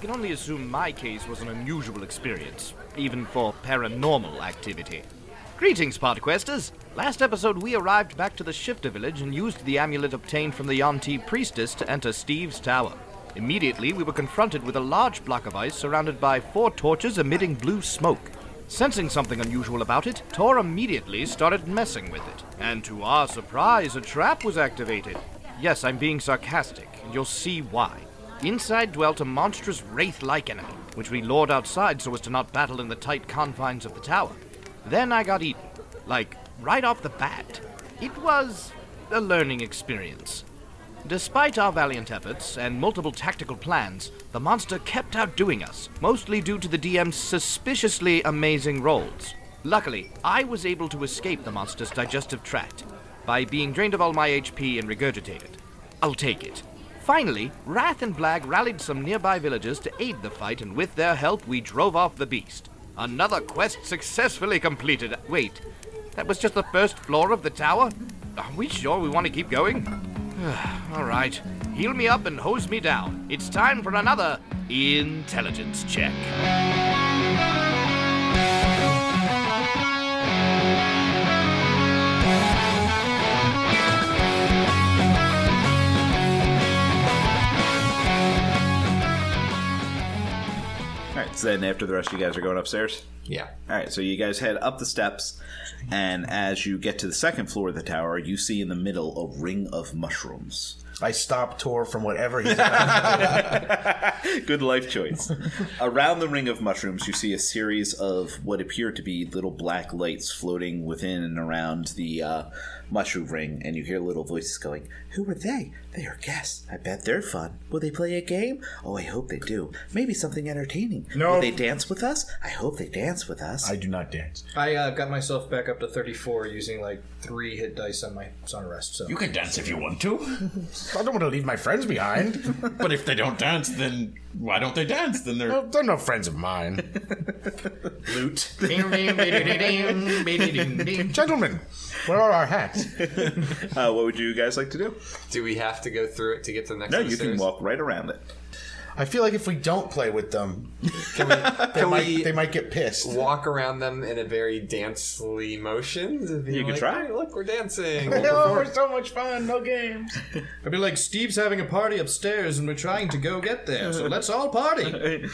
can only assume my case was an unusual experience, even for paranormal activity. Greetings, Podquesters! Last episode, we arrived back to the Shifter Village and used the amulet obtained from the Yanti priestess to enter Steve's tower. Immediately, we were confronted with a large block of ice surrounded by four torches emitting blue smoke. Sensing something unusual about it, Tor immediately started messing with it. And to our surprise, a trap was activated. Yes, I'm being sarcastic, and you'll see why. Inside dwelt a monstrous wraith like enemy, which we lured outside so as to not battle in the tight confines of the tower. Then I got eaten. Like, right off the bat. It was a learning experience. Despite our valiant efforts and multiple tactical plans, the monster kept outdoing us, mostly due to the DM's suspiciously amazing rolls. Luckily, I was able to escape the monster's digestive tract by being drained of all my HP and regurgitated. I'll take it. Finally, Wrath and Blag rallied some nearby villagers to aid the fight, and with their help, we drove off the beast. Another quest successfully completed. Wait, that was just the first floor of the tower? Are we sure we want to keep going? All right, heal me up and hose me down. It's time for another intelligence check. All right, so then after the rest of you guys are going upstairs? Yeah. All right, so you guys head up the steps, and as you get to the second floor of the tower, you see in the middle a ring of mushrooms. I stop Tor from whatever he's about. Good life choice. Around the ring of mushrooms, you see a series of what appear to be little black lights floating within and around the uh, mushroom ring, and you hear little voices going, Who are they? They are guests. I bet they're fun. Will they play a game? Oh, I hope they do. Maybe something entertaining. No. Will they dance with us? I hope they dance with us. I do not dance. I uh, got myself back up to 34 using like three hit dice on my sunrest. So You can dance if you want to, I don't want to leave my friends behind. but if they don't dance, then why don't they dance? Then they're They're no friends of mine. loot. Gentlemen, where are our hats? Uh, what would you guys like to do? Do we have to go through it to get to the next? No, set of you can stairs? walk right around it. I feel like if we don't play with them, can we, they, might, we- they might get pissed. Walk around them in a very dancely motion. to be You could like, try. "Hey, look, we're dancing. No, Oh, we're so much fun. No games. I'd be like, Steve's having a party upstairs and we're trying to go get there, so let's all party.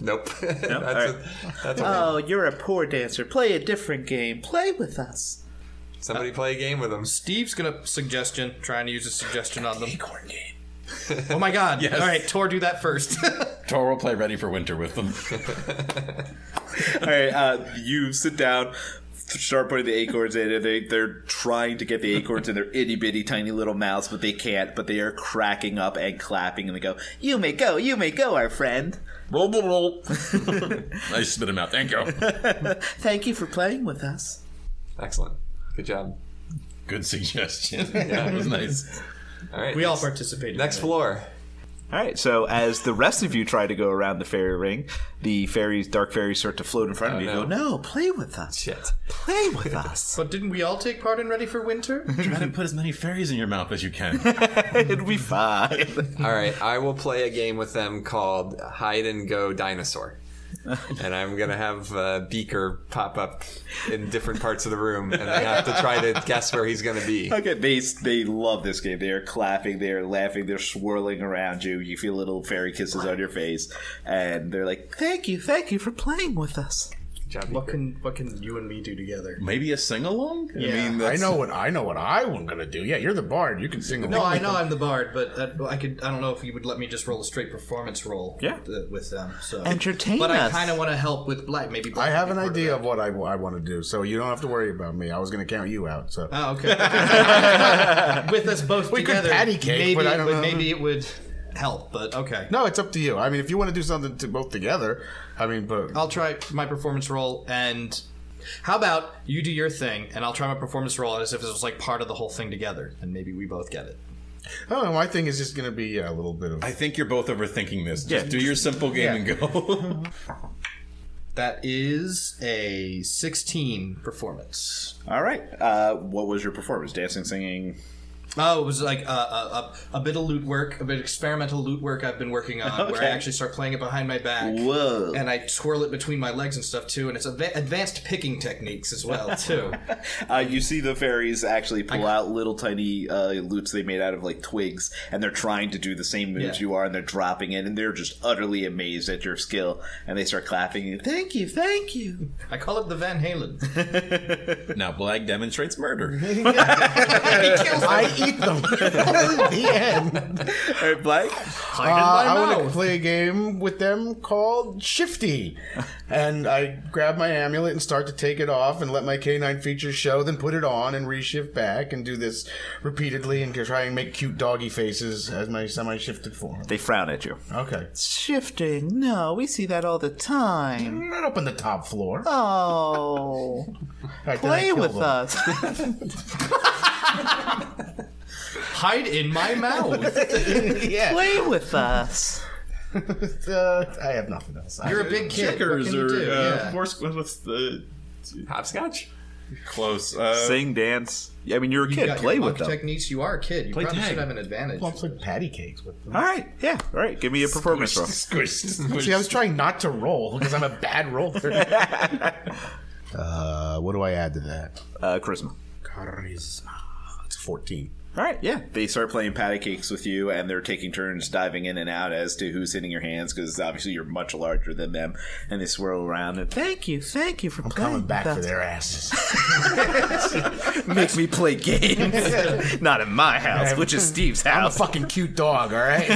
nope. that's All a, that's a- Oh, you're a poor dancer. Play a different game. Play with us. somebody play a game with them. Steve's gonna suggestion, trying to use a suggestion on them. Acorn game. Oh my god. Yes. All right, Tor, do that first. Tor will play Ready for Winter with them. All right, uh, you sit down, start putting the acorns in, and they, they're trying to get the acorns in their itty bitty tiny little mouths, but they can't. But they are cracking up and clapping, and they go, You may go, you may go, our friend. roll, roll, roll. I spit him out. Thank you. Thank you for playing with us. Excellent. Good job. Good suggestion. that was nice. All right. we all participated. next floor. All right, so as the rest of you try to go around the fairy ring, the fairies, dark fairies, start to float in front of you. no. Go, Oh, no, play with us. Shit. Play with us. But didn't we all take part in Ready for Winter? Try to put as many fairies in your mouth as you can. It'll be fine. All right. I will play a game with them called Hide and Go Dinosaur. and I'm gonna have uh, Beaker pop up in different parts of the room, and I have to try to guess where he's gonna be. Okay, they they love this game. They are clapping, they are laughing, they're swirling around you. You feel little fairy kisses on your face, and they're like, "Thank you, thank you for playing with us." Good job, What Beaker. can what can you and me do together? Maybe a sing along? I mean, I that's- know what I know what I'm gonna do. Yeah, you're the bard. You can sing along. No, I know I'm the bard, but that, I could I don't know if you would let me just roll a straight performance roll. Yeah. uh, with them. So Entertain But us. I kind of want to help with black. Maybe black I have can an be part idea of of what I, I want to do, so you don't have to worry about me. I was gonna count you out. So that. Oh, okay. with us both We could together, patty cake, maybe but I it don't would, know. maybe it would help. But okay, no, it's up to you. I mean, if you want to do something to both together, I mean, but Oh. I'll try my performance roll and. How about you do your thing, and I'll try my performance roll as if it was like part of the whole thing together, and maybe we both get it. oh, my thing is just gonna be yeah, a little bit of. I think you're both overthinking this. Just Yeah. do your simple game and go. That is a sixteen performance. All right, uh, what was your performance? Dancing, singing. Oh, it was like a, a, a, a bit of loot work, a bit of experimental loot work I've been working on, where I Okay. actually start playing it behind my back. Whoa. And I twirl it between my legs and stuff too, and it's adva- advanced picking techniques as well too. Uh, you see the fairies actually pull out little tiny uh, loots they made out of like twigs, and they're trying to do the same moves Yeah. you are, and they're dropping it, and they're just utterly amazed at your skill, and they start clapping. Thank you, thank you. I call it the Van Halen. Now Blag demonstrates murder. I eat them. the end. All right, Black. Uh, I want to play a game with them called Shifty. And I grab my amulet and start to take it off and let my canine features show, then put it on and reshift back and do this repeatedly and try and make cute doggy faces as my semi shifted form. They frown at you. Okay. Shifting. No, we see that all the time. Not up on the top floor. Oh. Right, then I Play kill with them. us. Hide in my mouth. yeah. Play with us. Uh, I have nothing else. You're a big kid. Checkers what can you or do? uh, Yeah. horse? What's the Hopscotch? close? Uh, Sing, dance. I mean, you're a You kid. got Play your with monk them. techniques. You are a kid. You probably tag. should have an advantage. I'll play patty cakes with them. All right, yeah, all right. Give me a performance roll. See, I was trying not to roll because I'm a bad roller. uh, what do I add to that? Uh, charisma. Charisma. It's 14. All right, yeah. They start playing patty cakes with you, and they're taking turns diving in and out as to who's hitting your hands because obviously you're much larger than them. And they swirl around and Thank you. Thank you for playing Coming back with for us. their asses. make me play games. Not in my house, which is Steve's I'm a house. fucking cute dog, all right?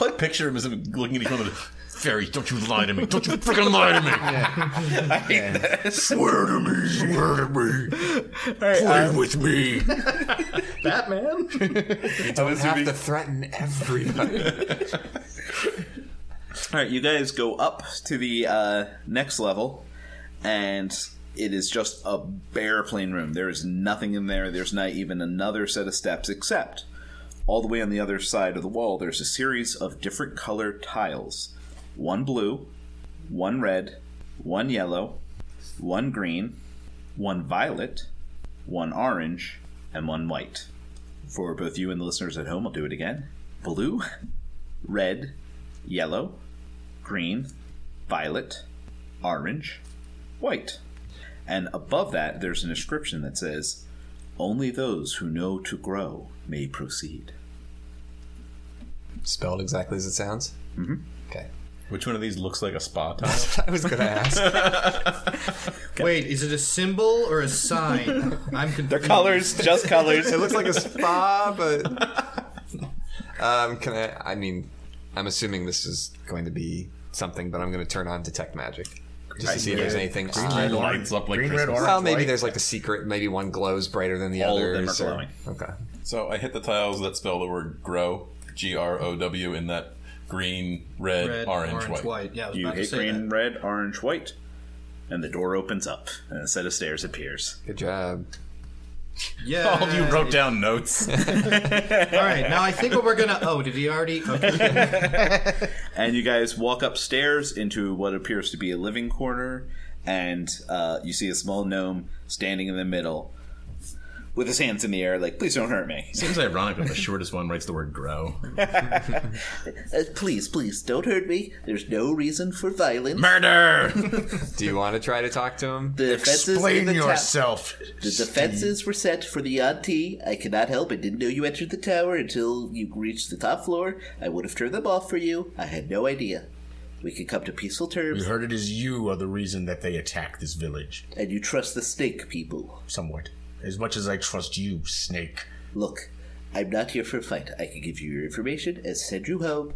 All I picture him is him looking at each other. Fairy, don't you lie to me! Don't you freaking lie to me! Swear to me! Swear to me! Play with me! Batman. Don't have to threaten everybody. All right, you guys go up to the uh, next level, and it is just a bare plain room. There is nothing in there. There's not even another set of steps, except all the way on the other side of the wall, there's a series of different colored tiles one blue, one red, one yellow, one green, one violet, one orange, and one white. For both you and the listeners at home, I'll do it again blue, red, yellow, green, violet, orange, white. And above that, there's an inscription that says, Only those who know to grow may proceed. Spelled exactly as it sounds. Mm-hmm. Okay. Which one of these looks like a spa tile? I was gonna ask. Wait, is it a symbol or a sign? I'm confused. just colors. it looks like a spa, but um, can I? I mean, I'm assuming this is going to be something, but I'm going to turn on detect magic just to see if there's anything. odd. Lights up like Green, red, Christmas. orange. Well, maybe white. there's like a secret. Maybe one glows brighter than the All of others. them are or- glowing. Okay. So I hit the tiles that spell the word grow, G R O W, in that green, red, Red, orange, white. Yeah, I was You about to hit say green, that. red, orange, white, and the door opens up, and a set of stairs appears. Good job. Yeah. All of you wrote down notes. All right, now I think what we're gonna. Oh, did he already? Okay. And you guys walk upstairs into what appears to be a living corner, and uh, you see a small gnome standing in the middle with his hands in the air, like, Please don't hurt me. Seems ironic that the shortest one writes the word grow. Uh, please, please, don't hurt me. There's no reason for violence. Murder! Do you want to try to talk to him? The defenses in Blame the ta- yourself. the defenses were set for the auntie. I cannot help it. Didn't know you entered the tower until you reached the top floor. I would have turned them off for you. I had no idea. We could come to peaceful You terms, heard it as you are the reason that they attacked this village. and you trust the snake people. Somewhat. As much as I trust you, Snake. Look, I'm not here for a fight. I can give you your information and send you home.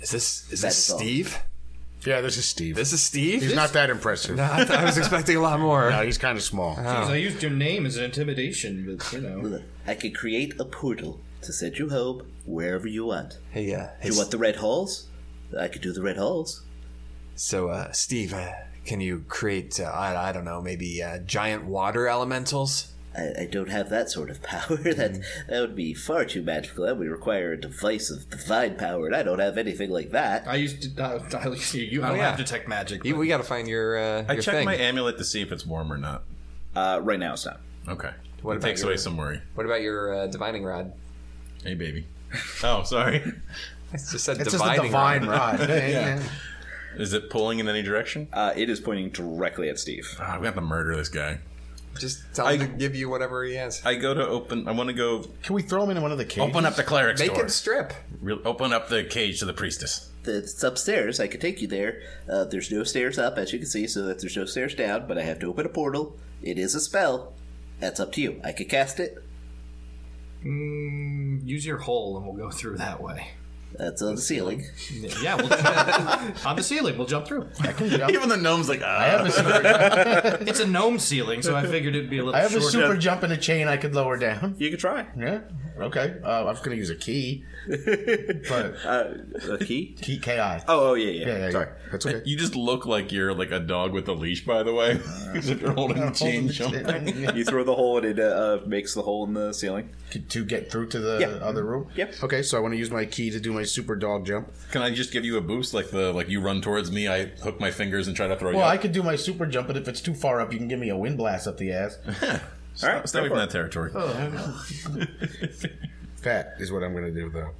Is this is That's this all. Steve? Yeah, this is Steve. This is Steve. He's not Uh, that impressive. I, thought- I was expecting a lot more. Oh. No, he's kind of small. I used your name as an intimidation, but you know. Look, I can create a portal to send you home wherever you want. Hey, uh, hey, You want the red halls? I could do the red halls. So, uh, Steve, uh, can you create, uh, I, I don't know, maybe uh, giant water elementals? I, I don't have that sort of power. that that would be far too magical. That would require a device of divine power, and I don't have anything like that. I used to. Uh, I used to you. I don't yeah. have detect magic. You, but- we got to find your, uh, I your checked thing. my amulet to see if it's warm or not. Uh, right now, it's not. Okay. What about Takes your, away some worry. What about your uh, divining rod? Hey, baby. Oh, sorry. I just said It's just a divining divine rod. rod. yeah. Is it pulling in any direction? Uh, it is pointing directly at Steve. Ah, we have to murder this guy. Just tell him to give you whatever he has. I go to open. I want to go Can we throw him into one of the cages? open up the cleric's Make door. him strip. Re- open up the cage to the priestess. It's upstairs. I could take you there. Uh, there's no stairs up, as you can see, so that there's no stairs down. But I have to open a portal. It is a spell. That's up to you. I could cast it. Mm, use your hole and we'll go through that way. That's on the ceiling. Yeah, we'll jump on the ceiling. We'll jump through. Even the gnome's like, ah. I have a super, It's a gnome ceiling, so I figured it'd be a little I have a shorter. super jump and a chain I could lower down. You could try Yeah. Okay. Uh, I'm gonna use a key, but a key. key ki. Oh, Oh, oh yeah, yeah. yeah, yeah, Sorry. yeah. That's okay. You just look like you're like a dog with a leash, by the way. Because if you're holding a chain, something. Yeah. You throw the hole and it uh, uh, makes the hole in the ceiling. to get through to the Yeah. other room. Yep. Okay, so I want to use my key to do my super dog jump. Can I just give you a boost? Like the like you run towards me, I hook my fingers and try to throw Well, you. I could do my super jump, but if it's too far up, you can give me a wind blast up the ass. Stop, All right, stay away go from for that territory. Fat is what I'm gonna do though.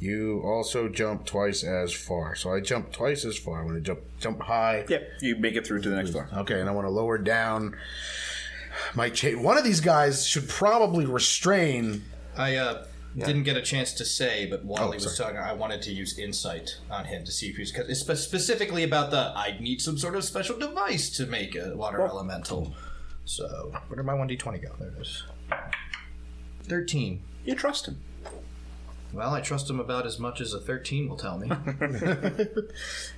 You also jump twice as far, so I jump twice as far. I want to jump jump high. Yep. You make it through to the next one. Okay, and I want to lower down my chain. One of these guys should probably restrain. I uh, didn't get a chance to say, but while he was talking, I wanted to use insight on him to see if he's because specifically about the I need some sort of special device to make a water elemental. So where did my one d twenty go? There it is. Thirteen. You trust him. Well, I trust him about as much as a thirteen will tell me.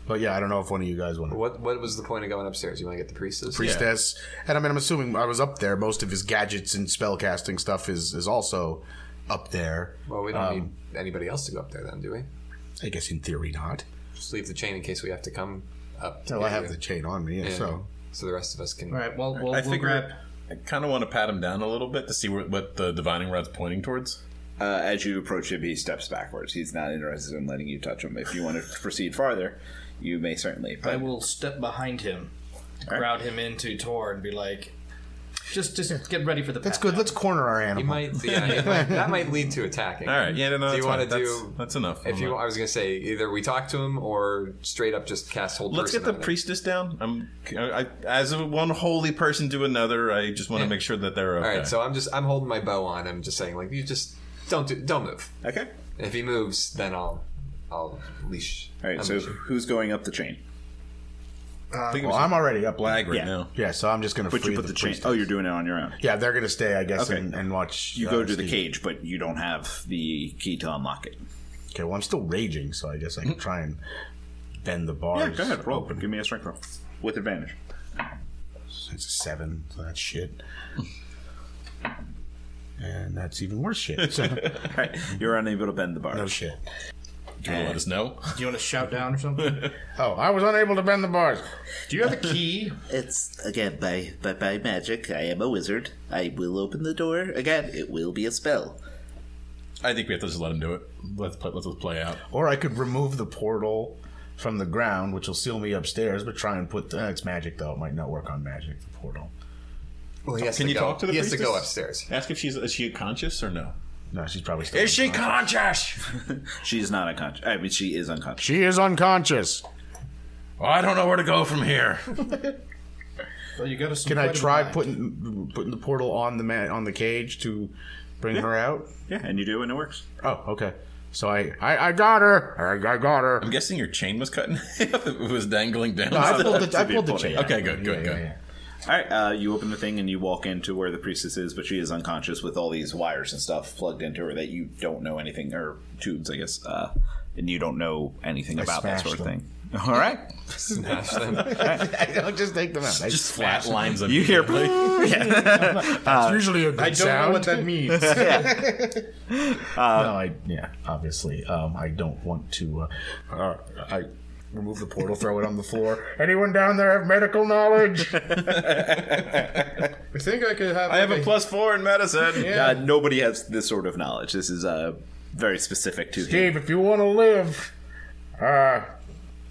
But yeah, I don't know if one of you guys want to. What What was the point of going upstairs? You want to get the priestess? priestess. And I mean, I'm assuming I was up there. Most of his gadgets and spellcasting stuff is is also up there. Well, we don't Um, need anybody else to go up there then, do we? I guess in theory not. Just leave the chain in case we have to come up. to Well, I get have you. the chain on me, Yeah. so So the rest of us can. All right. Well, we'll, I we'll figure grab. I kind of want to pat him down a little bit to see what, what the divining rod's pointing towards. Uh, as you approach him, he steps backwards. He's not interested in letting you touch him. If you want to proceed farther, you may certainly. I But will step behind him, crowd him into Tor, and be like, just just get ready for the. that's pat good. down. Let's corner our You animal. might, yeah, it might- that might lead to attacking. All right, yeah, no, no Do that's you fine. want to That's- do? That's enough. If I'm you, not- I was gonna say either we talk to him or straight up just cast hold. Let's get the priestess down. I'm, I, I, as of one holy person to another, I just want to make sure that they're okay. All right, so I'm just I'm holding my bow on. I'm just saying like you just don't do don't move. okay. If he moves, then I'll I'll leash. All right. So unleash him. who's going up the chain? well, I'm already up. flag right Yeah. now. Yeah, so I'm just gonna. But free you put the, chain. priestess. Oh, you're doing it on your own. Yeah, they're gonna stay, I guess, Okay. and, and watch. You uh, go to the Steve. cage, but you don't have the key to unlock it. Okay, well, I'm still raging, so I guess I can try and bend the bars. Mm-hmm. Yeah, go ahead. Roll. Give me a strength roll with advantage. It's a seven. So that's shit. and that's even worse shit. So, All right. You're unable to bend the bar. no shit. Do you want to let us know? Do you want to shout down or something? Oh, I was unable to bend the bars. Do you have a key? It's again by, by by magic. I am a wizard. I will open the door again. It will be a spell. I think we have to just let him do it. Let's play, let's, let's play out. Or I could remove the portal from the ground, which will seal me upstairs, but try and put. The, uh, it's magic, though. It might not work on magic, the portal. Well, he has Can to you go. talk to the He has to priestess? go upstairs. Ask if she's is she conscious or no? No, she's probably still. she conscious? She's not unconscious. I mean, she is unconscious. she is unconscious. I don't know where to go from here. Well, you got us. some Can I quite a bit try back. putting putting the portal on the man on the cage to bring her out? Yeah, and you do, and it works. Oh, okay. So I I, I got her. I, I got her. I'm guessing your chain was cut in half. It was dangling down. I that pulled to the, I be pulled the funny. chain. okay, good, good, Yeah, good. yeah, yeah. All right, uh, you open the thing and you walk into where the priestess is, but she is unconscious with all these wires and stuff plugged into her that you don't know anything, or tubes, I guess, uh, and you don't know anything about that smashed sort of them. thing. All right, Smash them. I don't just take them out. I- Just flat lines. you hear That's usually a good I don't know what that means. no, I yeah, obviously. Um, I don't want to. Uh, uh, I remove the portal, throw it on the floor. Anyone down there have medical knowledge? I think I could have. I have a plus four in medicine. uh, nobody has this sort of knowledge. This is uh, very specific to him. Dave, if you want to live, uh,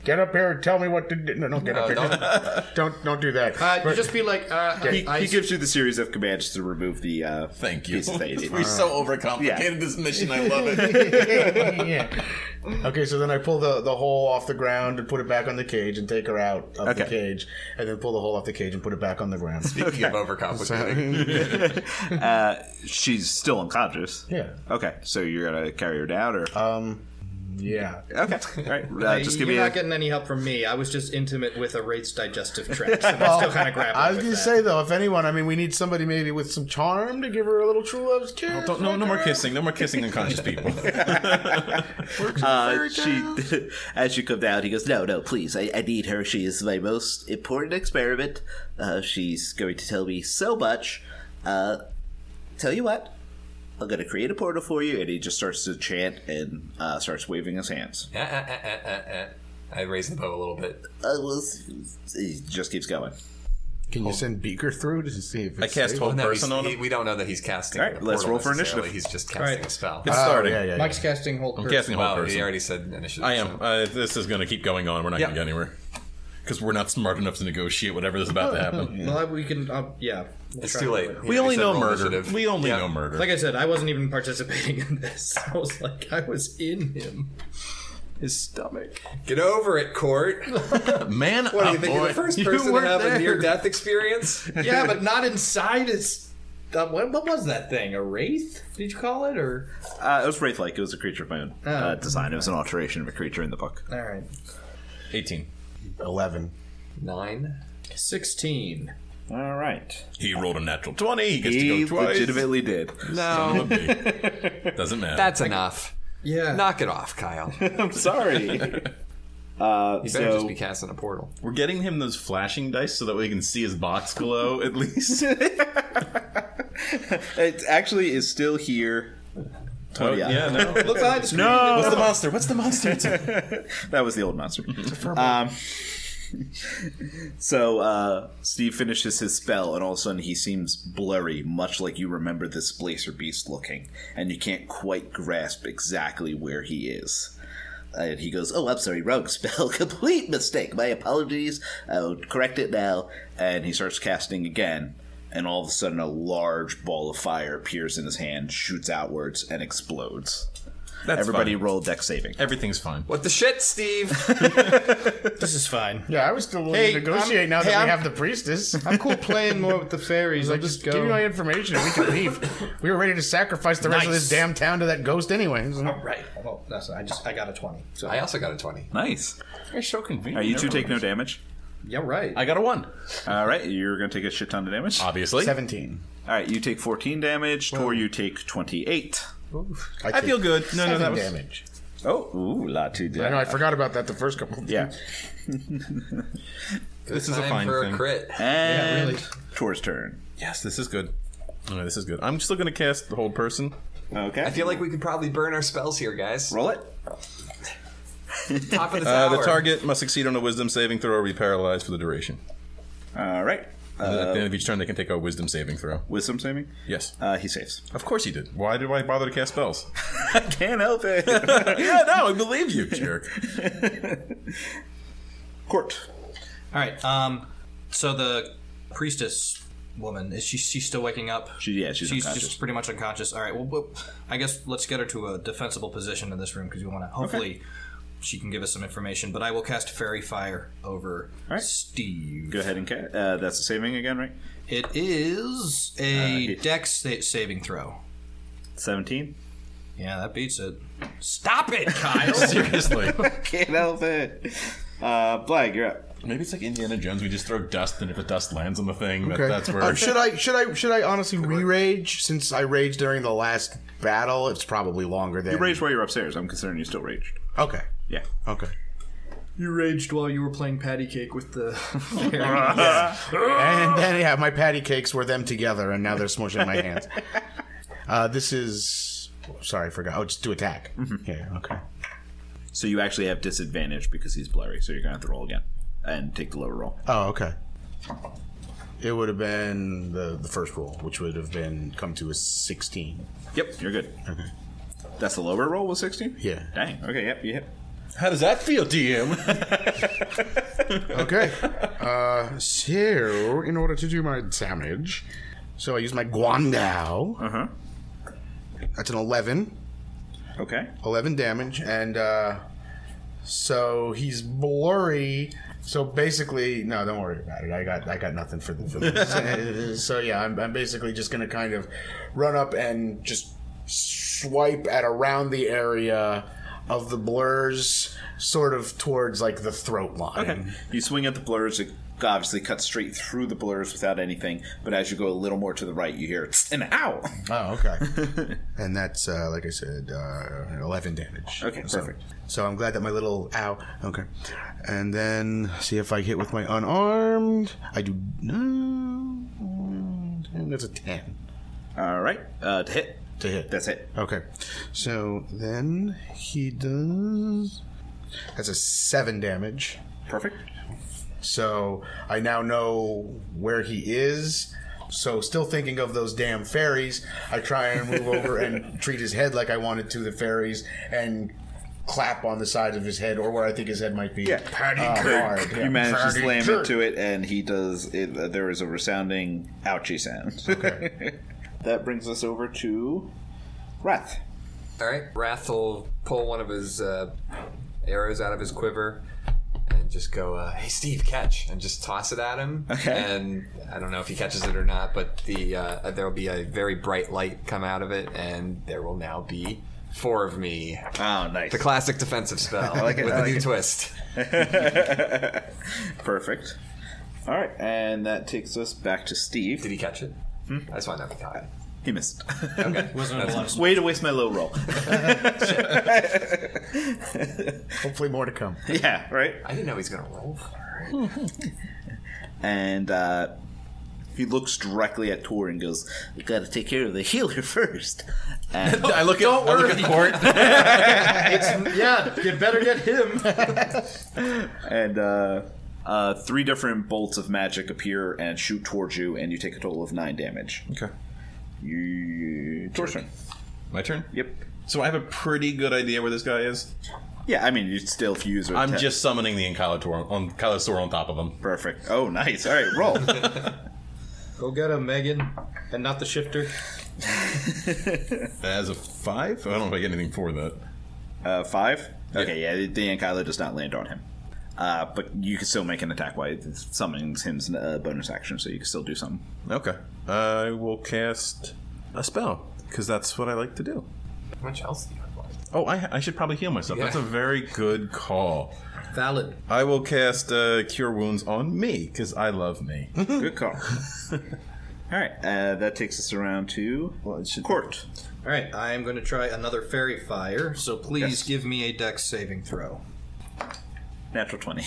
Get up here and tell me what to do. No, don't get up here. Don't. don't do that. Uh, But- just be like, uh, He, I, he gives you the series of commands to remove the uh, Thank you. pieces that you need. We're so overcomplicated Yeah. this mission. I love it. yeah. Okay, so then I pull the, the hole off the ground and put it back on the cage and take her out of the Okay. cage, and then pull the hole off the cage and put it back on the ground. Speaking of overcomplicated, Uh, She's still unconscious. Yeah. Okay, so you're gonna carry her down, or Um, yeah. okay, all right. Uh, just give you're me not a. getting any help from me. I was just intimate with a wraith's digestive tract, so I'm still kind of grappling. I was with gonna that. say though, if anyone, I mean, we need somebody maybe with some charm to give her a little true love's kiss. Don't, no, no more kissing. No more kissing unconscious people. Uh, she, as you come down, he goes, "No, no, please, I, I need her. She is my most important experiment. Uh, she's going to tell me so much. Uh, tell you what, I'm going to create a portal for you." And he just starts to chant and uh, starts waving his hands. Eh, eh, eh, eh, eh, eh. I raised the bow a little bit. Uh, well, he just keeps going. Can you send Beaker through to see if it's I cast stable? hold No, person he's- on he- him. we don't know that he's casting. All right, a let's portal roll for necessarily. initiative. He's just casting right. a spell. It's Oh, starting. yeah, yeah, yeah. Mike's casting whole I'm person. casting whole Well, person. he already said initiative. I am. so- Uh, this is going to keep going on. We're not Yeah. going to get anywhere because we're not smart enough to negotiate whatever is about to happen. Well, we can. Uh, yeah, we'll It's try too to late. do it. We Yeah, only he said know roll murder. initiative. We only Yeah. know murder. Like I said, I wasn't even participating in this. I was like, I was in him. His stomach. Get over it, Court. Man, What do oh you think? You're boy. the first You person to weren't have a there. near-death experience. Yeah, but not inside his. Uh, what, what was that thing? A wraith? Did you call it? Or Uh, it was wraith-like. It was a creature of my own Oh, uh, design. It was an alteration of a creature in the book. all right, 18. Eleven. Nine. sixteen. All right, He rolled a natural 20. He gets he to go twice. legitimately did. No, Doesn't matter. that's enough. Yeah. Knock it off, Kyle. You I'm sorry. uh, better so just be casting a portal. We're getting him those flashing dice so that we can see his box glow at least. it actually is still here. Oh, yeah. yeah, no. Look behind the screen. What's the monster? What's the monster? That was the old monster. um, so uh, Steve finishes his spell, and all of a sudden he seems blurry, much like you remember this Blazer Beast looking, and you can't quite grasp exactly where he is. And he goes, "Oh, I'm sorry, wrong spell, complete mistake. My apologies. I'll correct it now." And he starts casting again, and all of a sudden, a large ball of fire appears in his hand, shoots outwards, and explodes. That's Everybody fine. roll deck saving. Everything's fine. What the shit, Steve? This is fine. Yeah, I was still willing Hey, to negotiate I'm- now hey, that I'm- we have the priestess. I'm cool playing more with the fairies. I'll Just just give me my go. information and we can leave. we were ready to sacrifice the rest of this Nice. Oh, damn town to that ghost anyway. Right. Well, that's. I just. I got a twenty. So I also got a twenty. Nice. You're so convenient. All right, you two take no damage. yeah, right. I got a one. All right, you're going to take a shit ton of damage. All Obviously. 17. right, you take 14 damage. Tor, you take 28. I, I feel good. No, no, that was. damage. Oh, ooh, lot too I know, I forgot about that the first couple. Yeah. This is a Time fine for thing. a crit. And really. Tor's turn. Yes, this is good. All right, this is good. I'm still going to cast the whole person. Okay. I feel like we could probably burn our spells here, guys. Roll it. Top of the Uh, tower. the target must succeed on a wisdom saving throw or be paralyzed for the duration. All right. And Um, then at the end of each turn, they can take a wisdom saving throw. Wisdom saving? Yes. Uh, he saves. Of course he did. Why do I bother to cast spells? I can't help it. yeah, no, I believe you, jerk. Court. All right. Um. So the priestess woman is she? She's still waking up. She- yeah, she's unconscious. just pretty much unconscious. All right. Well, well, I guess let's get her to a defensible position in this room because we want to. Hopefully, she can give us some information. But I will cast fairy fire over Steve. Go ahead and cast. Uh, that's a saving again, right? It is a hit. dex sa- saving throw. 17. Yeah, that beats it. Stop it, Kyle. Seriously. Can't help it. Uh, Blag, you're up. Maybe it's like Indiana Jones. We just throw dust, and if the dust lands on the thing, that, that's where. Uh, should I should I should I honestly re-rage since I raged during the last battle? It's probably longer than Rage while you're upstairs. I'm concerned you still raged. Okay, Yeah. okay. you raged while you were playing patty cake with the. And then yeah, my patty cakes were them together, and now they're smushing my hands. Uh, this is sorry, I forgot. Oh, just do attack. Yeah, okay. So you actually have disadvantage because he's blurry, so you're going to have to roll again and take the lower roll. Oh, okay. It would have been the the first roll, which would have been come to a sixteen. Yep, you're good. That's the lower roll was 16? Yeah. Dang. Okay, yep, you hit. How does that feel, DM? Okay. Uh, so, in order to do my damage, so I use my Guandao. Uh-huh. That's an 11. Okay. 11 damage, and uh, so he's blurry. So basically, no, don't worry about it. I got I got nothing for the for this. so yeah, I'm, I'm basically just gonna kind of run up and just swipe at around the area of the blurs, sort of towards like the throat line. You swing at the blurs. It obviously cuts straight through the blurs without anything. But as you go a little more to the right, you hear "Tss," and ow. Oh, okay. and that's uh, like I said, uh, eleven damage. Okay, so, perfect. So I'm glad that my little ow. Okay, and then see if I hit with my unarmed. I do. No, and that's a ten All right, uh, to hit. to hit. That's it. Okay, so then he does. That's a seven damage. Perfect. So I now know where he is. So still thinking of those damn fairies, I try and move over and treat his head like I wanted to the fairies and clap on the side of his head or where I think his head might be. Oh, Yeah. Patty you manage to slam into it, and he does. It, uh, there is a resounding ouchie sound. Okay. that brings us over to Wrath. All right, Wrath will pull one of his uh, arrows out of his quiver and just go, uh, "Hey, Steve, catch!" and just toss it at him. Okay. And I don't know if he catches it or not, but the uh, there will be a very bright light come out of it, and there will now be four of me. Oh, nice. The classic defensive spell like it, with I a like new it. twist. Perfect. All right, and that takes us back to Steve. Did he catch it? Hmm? I just want to know if he caught it. He missed. Wasn't a lot of Way to waste my low roll. Hopefully more to come. yeah, right. I didn't know he's gonna roll for it. And uh, he looks directly at Tor and goes, "We got to take care of the healer first. And I look at, Don't I look at Court. yeah, you better get him. and uh, uh, three different bolts of magic appear and shoot towards you, and you take a total of nine damage. Okay. You... Tor's turn. My turn? Yep. So I have a pretty good idea where this guy is. Yeah, I mean, you still if you use. it, I'm ten- just summoning the Encalator on Kalasaur on top of him. perfect. Oh, nice. All right, roll. Go get him, Megan, and not the shifter. As a five? I don't know if I get anything for that. Uh, five. Okay, yeah, the- the Ankylo does not land on him, uh, but you can still make an attack while it summons him's uh, bonus action, so you can still do something. Okay. I will cast a spell, because that's what I like to do. How much else do you have left? Oh, I, I should probably heal myself. That's a Yeah. very good call. Valid. I will cast uh, Cure Wounds on me, because I love me. Good call. All right, uh, that takes us around to court. All right, I am going to try another fairy fire. So please give me a dex saving throw. Natural twenty.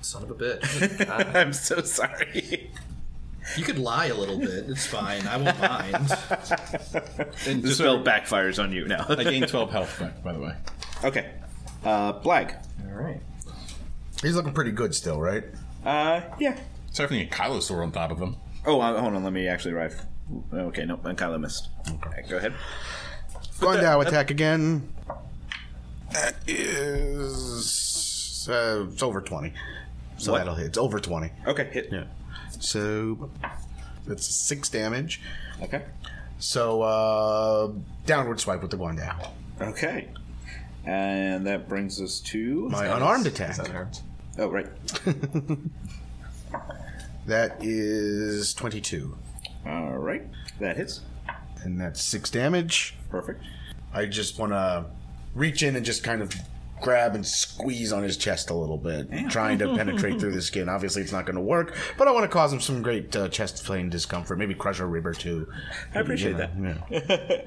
Son of a bitch. Ah. I'm so sorry. you could lie a little bit. It's fine. I won't mind. And The just spell backfires on you now. I gain 12 health back, by the way. okay, uh, Blag. All right. He's looking pretty good still, right? Uh, yeah. So I have an Ankylosaur on top of him. Oh, uh, hold on. Let me actually arrive. Okay, nope. Ankylo missed. Okay, go ahead. Gondow attack again. That is uh, it's over twenty. So What? that'll hit. It's over twenty. Okay, hit. Yeah. So that's six damage. Okay. So uh, downward swipe with the Guandao. Okay. And that brings us to My unarmed attack. Oh, right. That is twenty-two, All right. That hits. and that's six damage. Perfect. I just want to reach in and just kind of grab and squeeze on his chest a little bit, trying to penetrate through the skin. Obviously, it's not going to work, but I want to cause him some great uh, chest plane discomfort. Maybe crush a rib or two. I appreciate Yeah, yeah.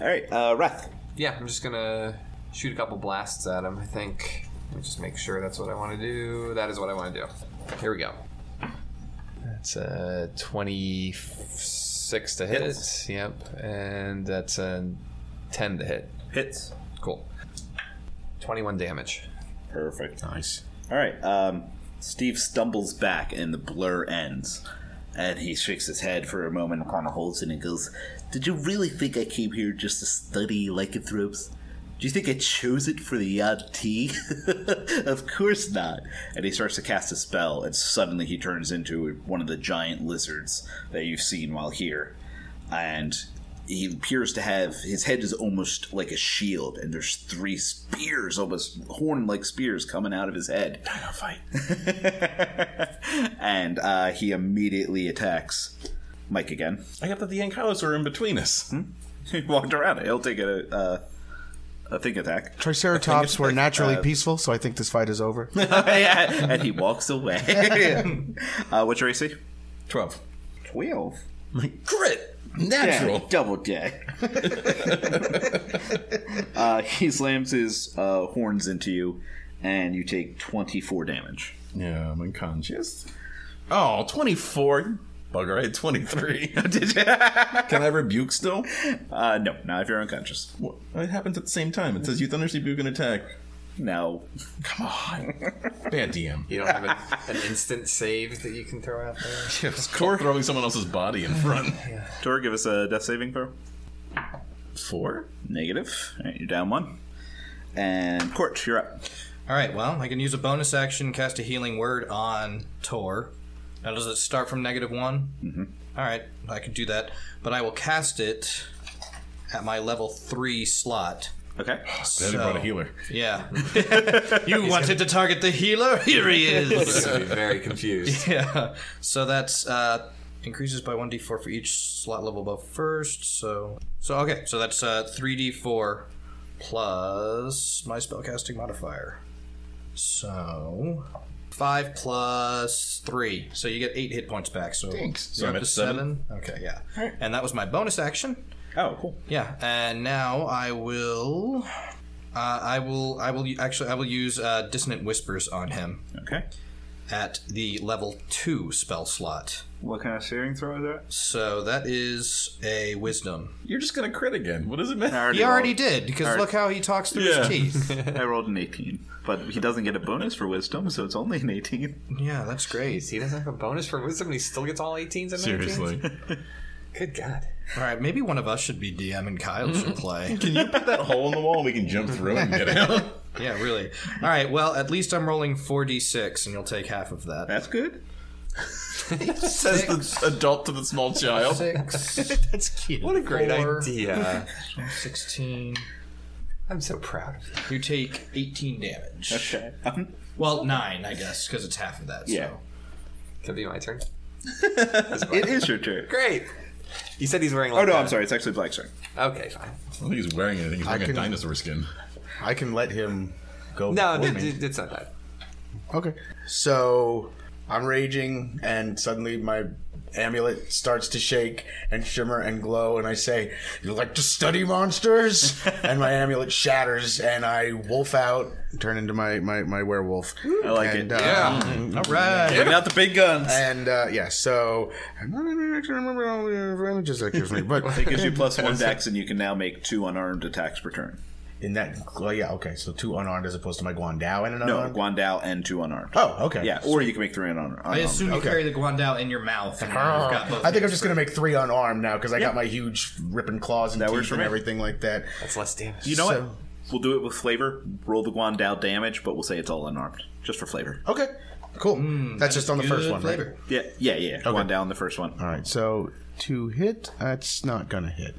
All right. Uh, Wrath. Yeah, I'm just gonna shoot a couple blasts at him. I think. Let me just make sure that's what I want to do. That is what I want to do. Here we go. That's a 26 to hit. Yep, and that's a 10 to hit. Hits. Cool. 21 damage. Perfect. Nice. All right. Um, Steve stumbles back and the blur ends. And he shakes his head for a moment and kind of holds it and goes, Did you really think I came here just to study lycanthropes? Do you think I chose it for the odd tea? of course not. And he starts to cast a spell, and suddenly he turns into one of the giant lizards that you've seen while here. And he appears to have his head is almost like a shield, and there's three spears, almost horn like spears, coming out of his head. Dino fight. and uh, he immediately attacks Mike again. I got that the Ankylos are in between us. Hmm? He walked around it. He'll take a, uh, a thing attack. Triceratops were naturally peaceful, so I think this fight is over. Yeah, and he walks away. uh, what's your AC? 12. 12. Crit! Yeah, Natural. double deck. uh, he slams his uh, horns into you, and you take 24 damage. Yeah, I'm unconscious. Oh, 24. Bugger, I had 23. Did you? Can I rebuke still? Uh, no, not if you're unconscious. What? It happens at the same time. It says you thunderous rebuke and attack. No. Come on. Bad DM. You don't have a, an instant save that you can throw out there. It's called throwing someone else's body in front. Tor, give us a death saving throw. Four? Negative. All right, you're down one. And Court, you're up. All right. Well, I can use a bonus action, cast a healing word on Tor. Now, does it start from negative one? Mm-hmm. All right, I can do that, but I will cast it at my level three slot. Okay. They So- brought a healer. Yeah. you wanted to target the healer? Here he is. He's gonna be very confused. yeah. So that's uh, increases by one d four for each slot level above first. So so okay. So that's uh three d four plus my spellcasting modifier. So five plus three. So you get eight hit points back. So Thanks. So You're I'm up at to seven? seven. Okay. Yeah. And that was my bonus action. Oh, cool. Yeah, and now I will. Uh, I will. I will actually. I will use uh, dissonant whispers on him Okay. at the level two spell slot. What kind of saving throw is that? So that is a wisdom. You're just going to crit again. What does it matter? He already did because look how he talks through Yeah. his teeth. I rolled an 18, but he doesn't get a bonus for wisdom, so it's only an 18. yeah, that's great. He doesn't have a bonus for wisdom, and he still gets all 18s and 19s? Seriously. Good God. All right, maybe one of us should be DM and Kyle should play. Can you put that hole in the wall? We can jump through and get out. yeah, really. All right. Well, at least I'm rolling four d six, and you'll take half of that. That's good. Says the adult to the small child. Six, That's cute. What a great Four. idea. 16. I'm so proud of you. You take 18 damage. Okay. Um, Well, nine, I guess, because it's half of that. Yeah. So. Can it be my turn? it is your turn. Great. You said he's wearing like Oh, no, a- I'm sorry. It's actually Black's turn. Okay, fine. I don't think Oh, he's wearing anything. He's wearing can- a dinosaur skin. I can let him go. No, before it- me. it- it's not that. Okay. So I'm raging, and suddenly my amulet starts to shake and shimmer and glow, and I say, You like to study monsters? and my amulet shatters, and I wolf out, turn into my, my, my werewolf. I like and, it. Uh, All right. Bring out the big guns. And uh, yeah, so I don't actually remember all the images that gives me, but It gives you plus one dex, and you can now make two unarmed attacks per turn. in that, well, yeah, okay, so two unarmed as opposed to my Guandao and an No, Uh-huh. unarmed. Guandao and two unarmed. oh, okay. Yeah, or you can make three unarmed. I assume you carry the Guandao in your mouth. And you've got both I think I'm just gonna make three unarmed now because I got my huge ripping claws and That works teeth for and me. everything like that. That's less damage. You know So- what? We'll do it with flavor. Roll the Guandao damage, but we'll say it's all unarmed, just for flavor. Okay, cool. Hmm, That's just on the first good one, flavor. right? Yeah, yeah, yeah. Guandao on the first one. All right, so to hit, that's not gonna hit.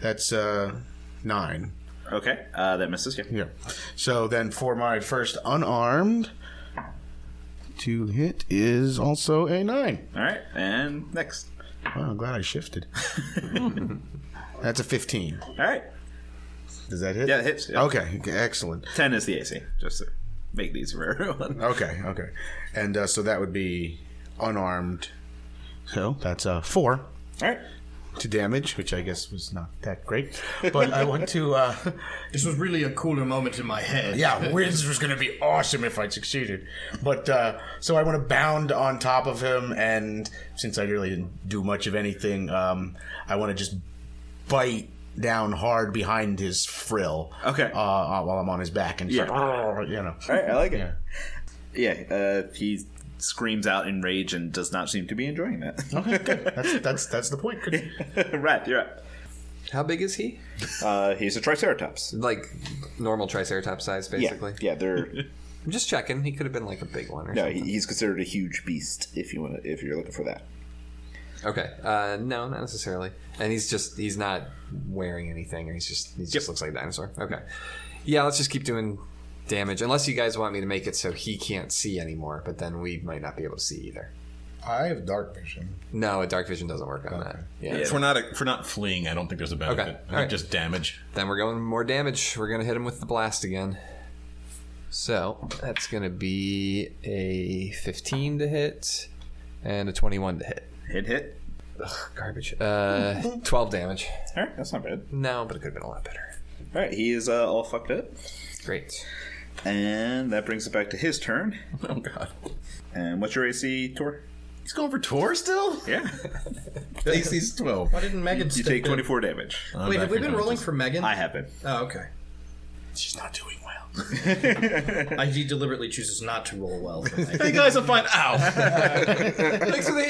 That's uh nine. Okay, uh, that misses you. Yeah. So then for my first unarmed, to hit is also a nine. All right, and next. Wow, I'm glad I shifted. that's a fifteen. All right, Does that hit? yeah, it hits. Yeah. Okay. okay, excellent. Ten is the AC, just to make these for everyone. Okay, okay. And uh, so that would be unarmed. So that's uh, four All right. to damage, which I guess was not that great. But I want to. Uh, This was really a cooler moment in my head. yeah, Wiz was going to be awesome if I succeeded. But uh, so I want to bound on top of him, and since I really didn't do much of anything, um, I want to just bite down hard behind his frill. Okay. Uh, uh, while I'm on his back and just Yeah. like, you know. All right, I like it. Yeah, uh, he screams out in rage and does not seem to be enjoying that. Okay, good. That's that's that's the point. Good. Rat, you're up. How big is he? Uh, he's a triceratops. Like normal triceratops size, basically. Yeah, they're. I'm just checking. He could have been like a big one or No, something. Uh, he, he's considered a huge beast if you want to, if you're looking for that. Okay. Uh, no, not necessarily. And he's just he's not wearing anything. Or he's just he just looks like a dinosaur. Okay. Yeah, let's just keep doing damage unless you guys want me to make it so he can't see anymore. But then we might not be able to see either. I have dark vision. No, a dark vision doesn't work on that. Yeah. If we're not if we're not fleeing, I don't think there's a benefit. Okay, I think alright. just damage. Then we're going more damage. We're gonna hit him with the blast again. So that's gonna be a 15 to hit and a 21 to hit. Hit, hit. Ugh, garbage. Uh, 12 damage. All right, that's not bad. No, but it could have been a lot better. All right, he is uh, all fucked up, Great. and that brings it back to his turn. Oh god. And what's your AC, Tor? He's going for Tor still? Yeah, AC's 12. Why didn't Megan you step take in? 24 damage. Uh-huh. Wait, have we been rolling for Megan? I have been. Oh, okay. She's not doing well. I, he deliberately chooses not to roll well. For Megan. Hey guys, I'm fine. Ow. Thanks for the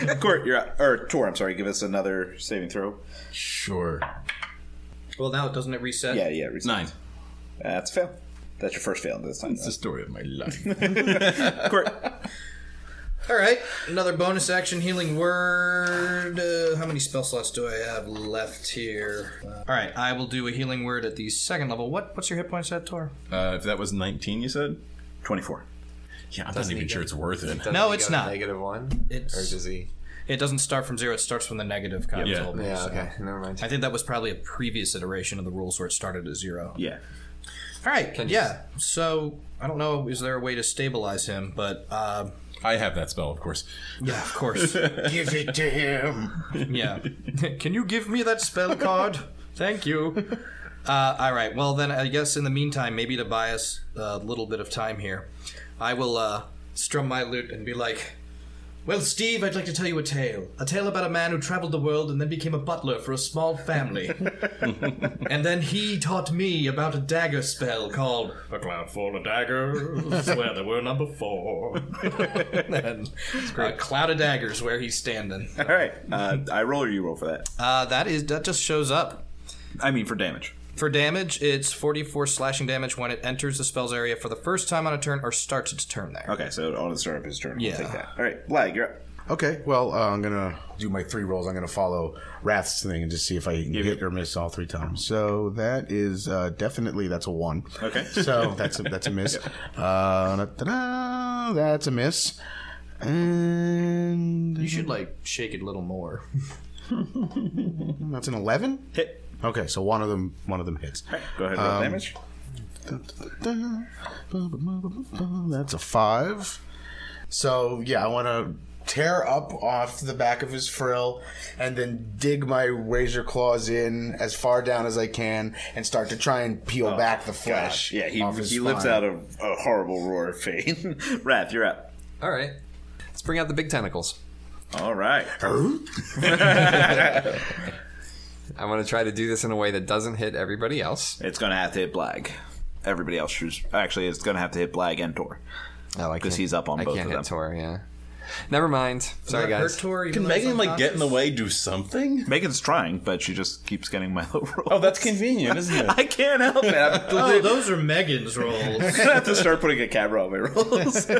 yell! Court, you're out. Or Tor, I'm sorry. Give us another saving throw. sure. well, now doesn't it reset? Yeah, yeah. reset. Nine. That's a fail. That's your first fail this time. It's the story of my life. Court, All right, another bonus action healing word. Uh, how many spell slots do I have left here? Uh, all right, I will do a healing word at the second level. What? What's your hit points at Tor? Uh, if that was 19, you said? 24. Yeah, I'm Doesn't not he even get- sure it's worth it. Doesn't No, he it's go to not. Negative one? It's- Or does he? It doesn't start from zero. It starts from the negative console. Yeah. Yeah, okay. uh, Never I mind. think that was probably a previous iteration of the rules where it started at zero. Yeah. All right, Can you- yeah. So I don't know. Is there a way to stabilize him? But uh, I have that spell, of course. yeah, of course. Give it to him. Yeah. Can you give me that spell card? Thank you. Uh, all right. Well, then I guess in the meantime, maybe to buy us a little bit of time here, I will uh, strum my lute and be like, "Well, Steve, I'd like to tell you a tale. A tale about a man who traveled the world and then became a butler for a small family. and then he taught me about a dagger spell called A Cloud Full of Daggers, where there were number four. and A Cloud of Daggers, where he's standing. All right. Uh, I roll or you roll for that? Uh, that is that just shows up. I mean, for damage. For damage, it's 44 slashing damage when it enters the spell's area for the first time on a turn or starts its turn there. Okay, so on the start of his turn, yeah. Yeah. take that. All right, Blag, you're up. Okay, well, uh, I'm gonna do my three rolls. I'm gonna follow Wrath's thing and just see if I can hit or miss all three times. So that is uh, definitely that's a one. Okay. So that's a, that's a miss. Uh, da-da-da, that's a miss. You And should like shake it a little more. that's an eleven. Hit. Okay, so one of them one of them hits. All right, go ahead and roll damage. Da-da-da, ba-ba-ba-ba-ba, That's a five. So yeah, I want to tear up off the back of his frill and then dig my razor claws in as far down as I can and start to try and peel back the flesh. Oh, Yeah, he, off his he lives spine. out of a horrible roar of pain. Wrath, you're up. All right. Let's bring out the big tentacles. All right. I want to try to do this in a way that doesn't hit everybody else. It's going to have to hit Blag. Everybody else who's. Actually, it's going to have to hit Blag and Tor. Oh, I Because can't- he's up on I both can't of hit them. Tor, yeah. Never mind. Sorry, guys. Can Megan, like, get in the way, do something? Megan's trying, but she just keeps getting my low roll. Oh, that's convenient, isn't it? I can't help it. I'm Oh, those are Megan's rolls. going to have to start putting a camera on my rolls.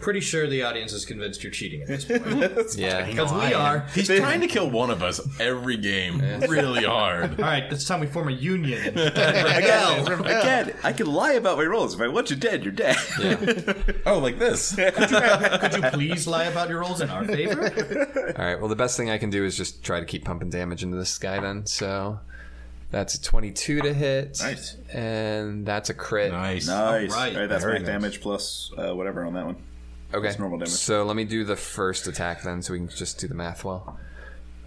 Pretty sure the audience is convinced you're cheating at this point. yeah. Because we are. He's trying to kill one of us every game really hard. All right, it's time we form a union. Raquel. Again, I can lie about my rolls. If I want you dead, you're dead. Oh, like this. Could you please lie about your rolls in our favor? All right. Well, the best thing I can do is just try to keep pumping damage into this guy then. So that's a 22 to hit. Nice. And that's a crit. Nice. Nice. All right. All right, that's Very max nice. damage plus uh, whatever on that one. Okay. That's normal damage. So let me do the first attack then, so we can just do the math well.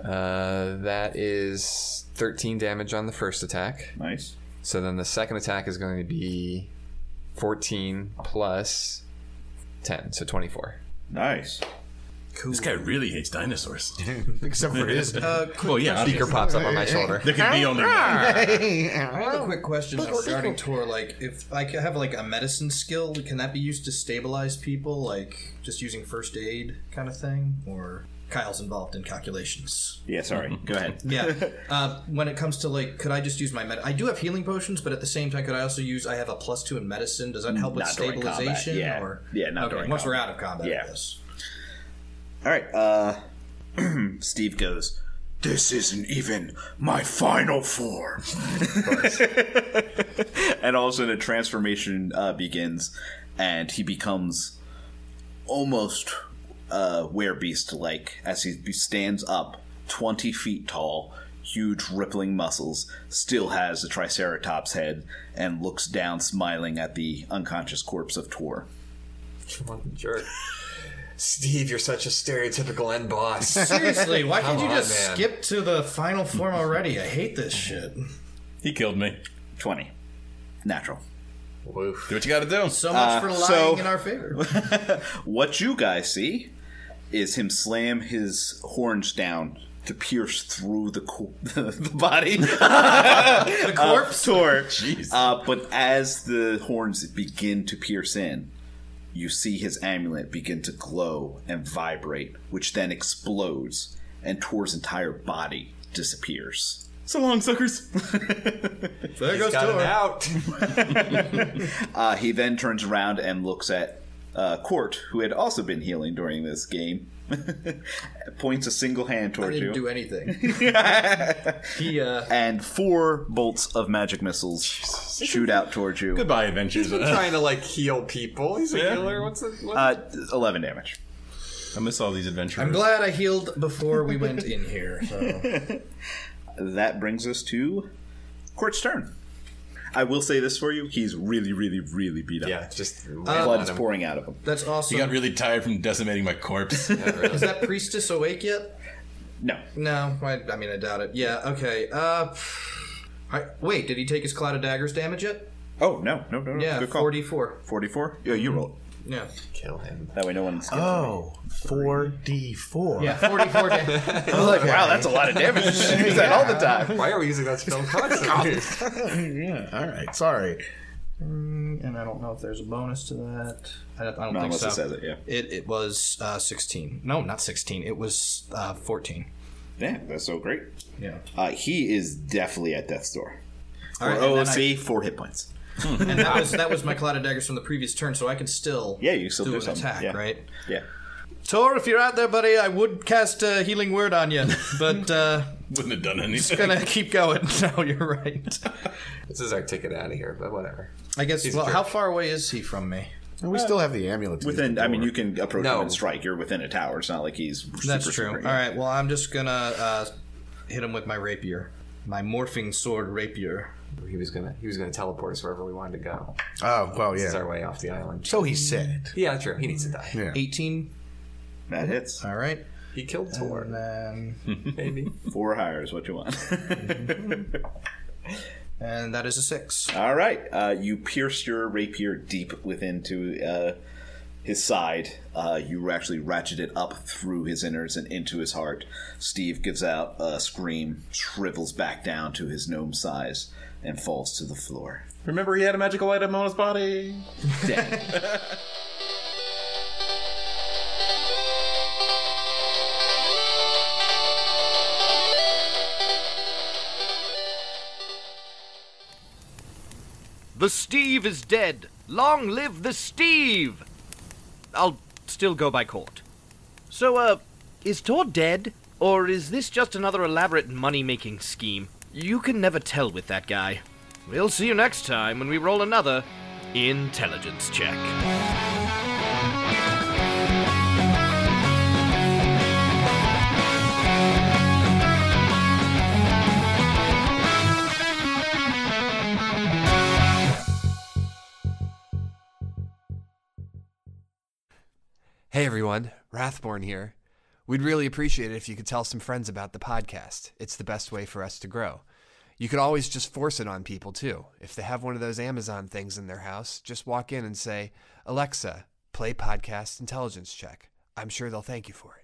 Uh, that is 13 damage on the first attack. Nice. So then the second attack is going to be 14 plus 10, so 24. Nice. This guy really hates dinosaurs. except for his. uh, well, yeah. Beaker pops up on my shoulder. There could be only one. Oh, Quick question regarding Tor. Like, if I could have like a medicine skill, can that be used to stabilize people? Like, just using first aid kind of thing, or Kyle's involved in calculations. Yeah, sorry. Go ahead. Yeah. uh, when it comes to like, could I just use my med? I do have healing potions, but at the same time, could I also use? I have a plus two in medicine. Does that help with Not during combat, stabilization? yeah. Or Yeah, not okay, during once we're combat. out of combat. Yeah. Yes. All right. Uh, Steve goes. This isn't even my final form. and all of a sudden, a transformation uh, begins, and he becomes almost uh, beast like as he stands up, twenty feet tall, huge rippling muscles. Still has the Triceratops head, and looks down, smiling at the unconscious corpse of Tor. Fucking jerk. Steve, you're such a stereotypical end boss. Seriously, why Come can't you on, just man. skip to the final form already? I hate this shit. He killed me. Twenty, natural. Woof. Do what you got to do. So much for Uh, lying so- in our favor. What you guys see is him slam his horns down to pierce through the co- the body, the corpse, or Uh, but as the horns begin to pierce in, you see his amulet begin to glow and vibrate, which then explodes, and Tor's entire body disappears. So long, suckers. There goes Got it Tor. out. Uh, he then turns around and looks at uh, Court, who had also been healing during this game. Points a single hand I towards you. didn't do anything. he uh, and four bolts of magic missiles shoot out towards you. Goodbye, He's adventures. been trying to like heal people. He's a Yeah. healer. What's the what? Uh, eleven damage. I miss all these adventures. I'm glad I healed before we went in here. So. That brings us to Court's turn. I will say this for you: he's really, really, really beat up. yeah, just blood is pouring out of him. That's awesome. He got really tired from decimating my corpse. Is that priestess awake yet? No, No, I, I mean I doubt it. Yeah, okay. Uh, I, wait, did he take his cloud of daggers damage yet? oh no, no, no, no. Yeah, Good call. forty-four. 44? Yeah, you roll. Yeah, kill him. That way, no one. skips Oh, 4d4. yeah, forty-four damage. it. I'm like, wow, that's a lot of damage. You use that all the time. Why are we using that spell constantly? Yeah, all right. Sorry. And I don't know if there's a bonus to that. I, don't- I don't No, think unless so. it says it. Yeah. It, it was uh, sixteen. No, not sixteen. It was uh, fourteen. Damn, that's so great. Yeah. Uh, he is definitely at death's door. All right. oh, and, then see, four hit points. I, and that was that was my cloud of daggers from the previous turn, so I can still Yeah, you can still do an something, attack, yeah. right? Yeah. Tor, if you're out there, buddy, I would cast a healing word on you, but uh, Wouldn't have done anything. gonna keep going. No, you're right. this is our ticket out of here, but whatever. I guess. a well, jerk. how far away is he from me? And we still have the amulet. to Within, the Uh, I mean, door. you can approach No. him and strike. You're within a tower. It's not like he's. That's super, true. super- All right. Well, I'm just gonna uh, hit him with my rapier, my morphing sword rapier. He was gonna he was gonna teleport us wherever we wanted to go. Oh well, It's yeah. our way off the island. So he said. Yeah, true. He needs to die. Yeah. 18. That hits. All right. He killed Tor. And then, Maybe. Four or higher is what you want. and that is a six. All right. Uh, you pierce your rapier deep within to uh, his side. Uh, you actually ratchet it up through his innards and into his heart. Steve gives out a scream, shrivels back down to his gnome size, and falls to the floor. Remember, he had a magical item on his body. Dead. The Steve is dead. Long live the Steve! I'll still go by court. So, uh, is Tor dead? Or is this just another elaborate money making scheme? You can never tell with that guy. We'll see you next time when we roll another intelligence check. Hey everyone, Rathborn here. We'd really appreciate it if you could tell some friends about the podcast. It's the best way for us to grow. You could always just force it on people too. If they have one of those Amazon things in their house, just walk in and say, Alexa, play podcast intelligence check. I'm sure they'll thank you for it.